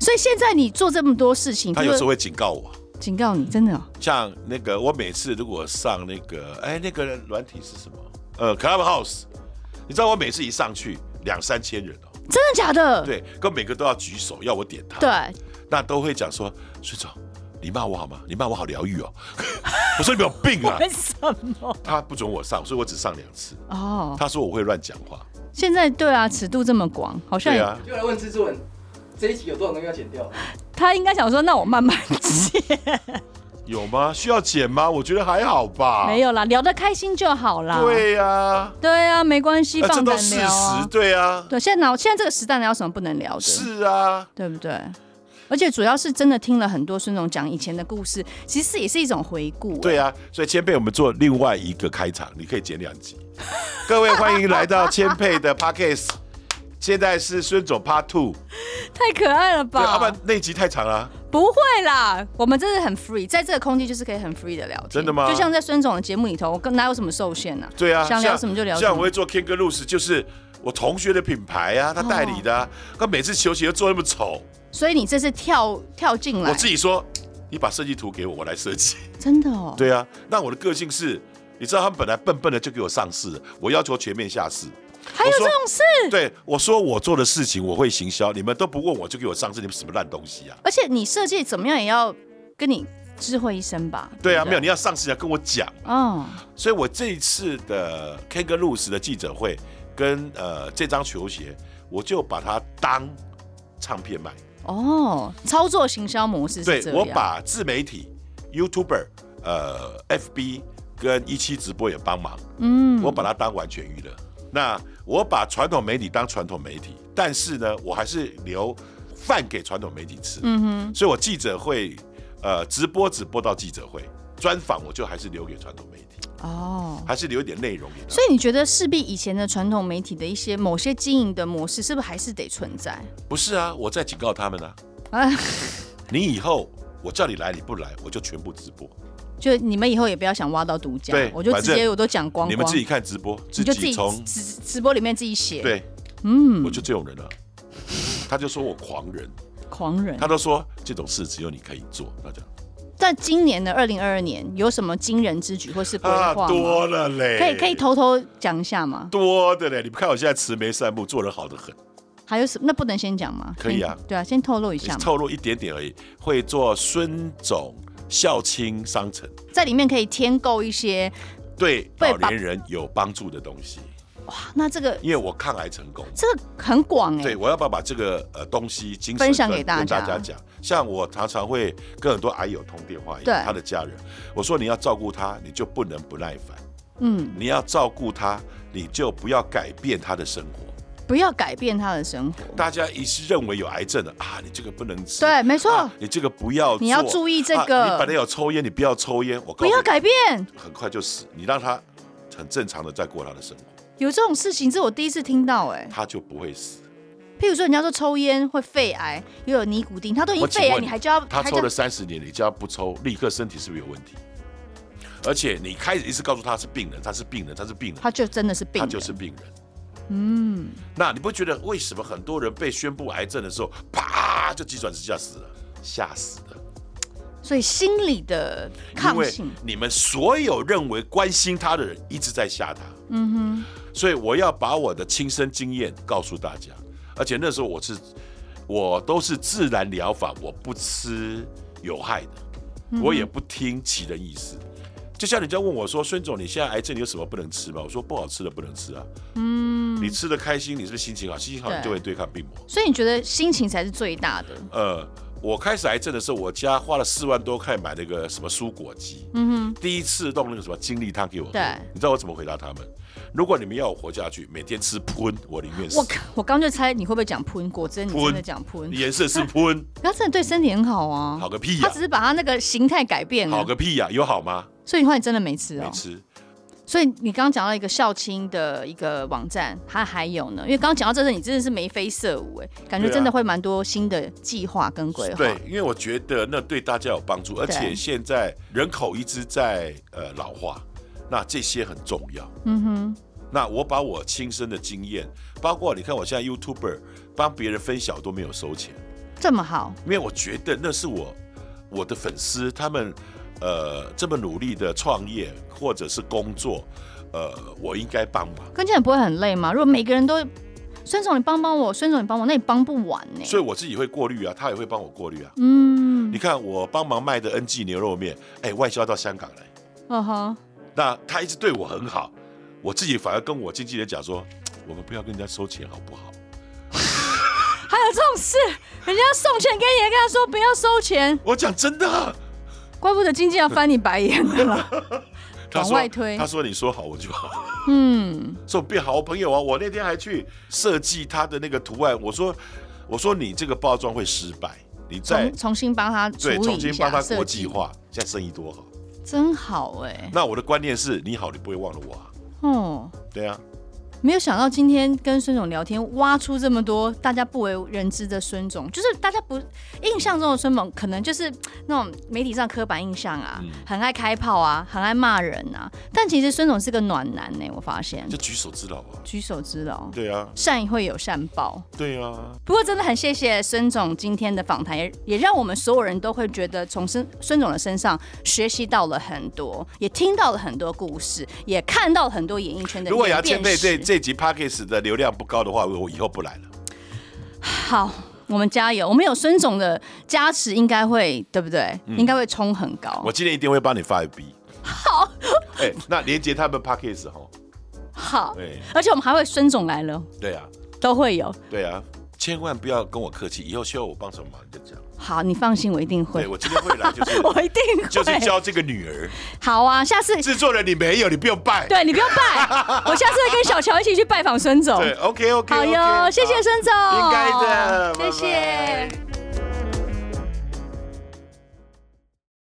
所以现在你做这么多事情，他比如有说时候会警告我。警告你，真的、哦，像那个，我每次如果上那个，哎，那个软体是什么？呃，Clubhouse，你知道我每次一上去两三千人哦，真的假的？对，跟每个都要举手要我点他，对，那都会讲说，孙总，你骂我好吗？你骂我好疗愈哦。 我说你有病啊！为什么？他不准我上，所以我只上两次。哦，他说我会乱讲话，现在对啊，尺度这么广，好像对也啊，就来问蜘蛛人，这一集有多少东西要剪掉？他应该想说，那我慢慢接，有吗？需要剪吗？我觉得还 好吧。没有。有啦，聊得开心就好啦。，对呀、啊，对啊，没关系，呃这放都胆事聊实啊。。对啊，对，现在哪现在这个时代哪有什么不能聊的？，是啊，对不对？而且主要是真的听了很多孙总讲以前的故事，其实也是一种回顾、对啊，啊。所以千佩，我们做另外一个开场，你可以剪两集。 各位欢迎来到千佩的 Podcast，现在是孙总 Part Two。哎太可爱了对，吧？要不然那集太长了啊。不会啦，我们真的很 free，在这个空间就是可以很 free 的聊天。真的吗就像在孙总的节目里头，我跟哪有什么受限呢、啊？对啊，想聊像什么就聊什像我么会。做 King Loose，就是我同学的品牌啊，他代理哦的、啊，他每次球鞋都做那么丑，所以你这次跳跳进来我，自己说，你把设计图给我，我来设计。真的哦。对啊，那我的个性是，你知道他们本来笨笨的就给我上市了，我要求全面下市。还有我这说种事，对，我说我做的事情我会行销，你们都不问我就给我上市，你们什么烂东西啊？而且你设计怎么样也要跟你知会一声吧？对啊，不没有，你要上市要跟我讲。哦，所以我这一次的 King Loose 的记者会跟呃这张球鞋，我就把它当唱片卖。哦，操作行销模式是对这啊样。我把自媒体、YouTuber、呃、FB 跟一期直播也帮忙，嗯我把它当完全娱乐。那我把传统媒体当传统媒体，但是呢，我还是留饭给传统媒体吃。嗯哼，所以我记者会，呃，直播只播到记者会，专访我就还是留给传统媒体，哦。还是留一点内容给他所。以你觉得势必以前的传统媒体的一些某些经营的模式，是不是还是得存在？不是啊，我在警告他们啊，啊，你以后我叫你来你不来，我就全部直播，就你们以后也不要想挖到独家对，我就直反接正我都讲光光，你们自己看直播，自你就自己己从直直播里面自己写，，对嗯我，就这种人啊。他就说我狂人，狂人他。都说这种事只有你可以做，那就在今年的二零二二年，有什么惊人之举或是规啊划吗？多了嘞，可以可以偷偷讲一下吗？多的嘞。你不看我现在慈眉善目，做人好的很，还有什那不能先讲吗？可以啊先对啊，先透露一下嘛，透露一点点而已。会做孙总孝亲商城，在里面可以添购一些。对对老年人有帮助的东西，那这个因为我抗癌成功。这个很广哎、对，我要不要把这个呃东西精神分享跟给大跟家大家讲？像我常常会跟很多癌友通电话一对样，他的家人，我说你要照顾他，你就不能不耐烦。嗯，你要照顾他，你就不要改变他的生活。不要改变他的生活。大家一是认为有癌症的啊，你这个不能吃，对，没错，啊，你这个不要做，你要注意这个啊你本来有抽烟，你不要抽烟，我告诉不你要，改变。很快就死。你让他很正常的再过他的生活，有这种事情，这我第一次听到哎、他就不会死。譬如说，人家说抽烟会肺癌，又有尼古丁，他都已经我请肺癌，问你还叫他还抽叫了三十年，你叫他不抽，立刻身体是不是有问题？而且你开始一直告诉他是病人，他是病人，他是病人，他就真的是病他人，就是病人。嗯，那你不觉得为什么很多人被宣布癌症的时候，啪就急转直下死了，吓死了？所以心理的因抗为性，你们所有认为关心他的人一直在吓他，嗯所以我要把我的亲身经验告诉大家。而且那时候我是，我都是自然疗法，我不吃有害嗯的，我也不听其人意思。就像人家问我说：“孙总，你现在癌症，你有什么不能吃吗？”我说：“不好吃的不能吃啊，哼，嗯，你吃的开心，你是不是心情好？心情好，对你就会对抗病魔。所以你觉得心情才是最大的，呃，我开始癌症的时候，我家花了四万多块买了一个什么蔬果机，嗯哼，第一次弄那个什么精力汤给我喝。对你知道我怎么回答他们？如果你们要我活下去，每天吃喷，我宁愿死我。刚我刚就猜你会不会讲喷，果真你真的讲喷，颜色是 喷，他真的对身体很好啊，好个屁他呀、只是把他那个形态改变了好，个屁呀、有好吗？所以你后来真的没吃哦没。吃。所以你刚刚讲到一个校青的一个网站，它还有呢，因为刚刚讲到这阵，你真的是眉飞色舞哎，感觉对啊真的会蛮多新的计划跟规划。对，因为我觉得那对大家有帮助，而对且现在人口一直在呃老化，那这些很重要。嗯哼，那我把我亲身的经验，包括你看我现在 YouTuber 帮别人分享都没有收钱，这么好，因为我觉得那是我我的粉丝他们呃这么努力的创业或者是工作，呃，我应该帮忙。跟这样不会很累吗？如果每个人都孙总你帮帮我，孙总你帮我，那你帮不完呢。所以我自己会过滤啊，他也会帮我过滤啊。嗯你，看我帮忙卖的 NG 牛肉面，哎，外销到香港来，嗯哼，那他一直对我很好，我自己反而跟我经纪人讲说，我们不要跟人家收钱好不好？还有这种事，人家送钱给你，还跟他说不要收钱，我讲真的啊，怪不得经纪人要翻你白眼了啦。 他往说外推他说你说好我就好。嗯，说我变好朋友啊！我那天还去设计他的那个图案，我说我说你这个包装会失败，你再重重新帮他处理对一下，重新帮他设国计际，化，现在生意多好。真好哎。那我的观念是你好，你不会忘了我啊，哦，对啊，没有想到今天跟孙总聊天，挖出这么多大家不为人知的孙总，就是大家不印象中的孙总，可能就是那种媒体上刻板印象啊，嗯很爱开炮啊，很爱骂人啊。但其实孙总是个暖男呢、我发现就举手之劳啊，举手之劳，对啊，善会有善报。对啊，不过真的很谢谢孙总今天的访谈，也也让我们所有人都会觉得从孙孙总的身上学习到了很多，也听到了很多故事，也看到了很多演艺圈的如果演杨千变妹这史这集 p a c k a g e 的流量不高的话，我以后不来 了。好，我们加油，我们有孙总的加持，应该会对不对？应该会冲很高嗯我。今天一定会帮你发一笔。好， 哎，那连接他们 p a c k a g e 哈，好，哎，而且我们还会孙总来了，对啊，都会有。对啊，千万不要跟我客气，以后需要我帮什么忙你就讲。好，你放心，我一定会对，我今天会来就是 我一定会。就是教这个女儿，好啊，下次制作人你没有，你不用拜。对你不用 拜，我下次会跟小乔一起去拜访孙总。对，OK OK，好哟，谢谢孙总，应该的，谢谢。拜拜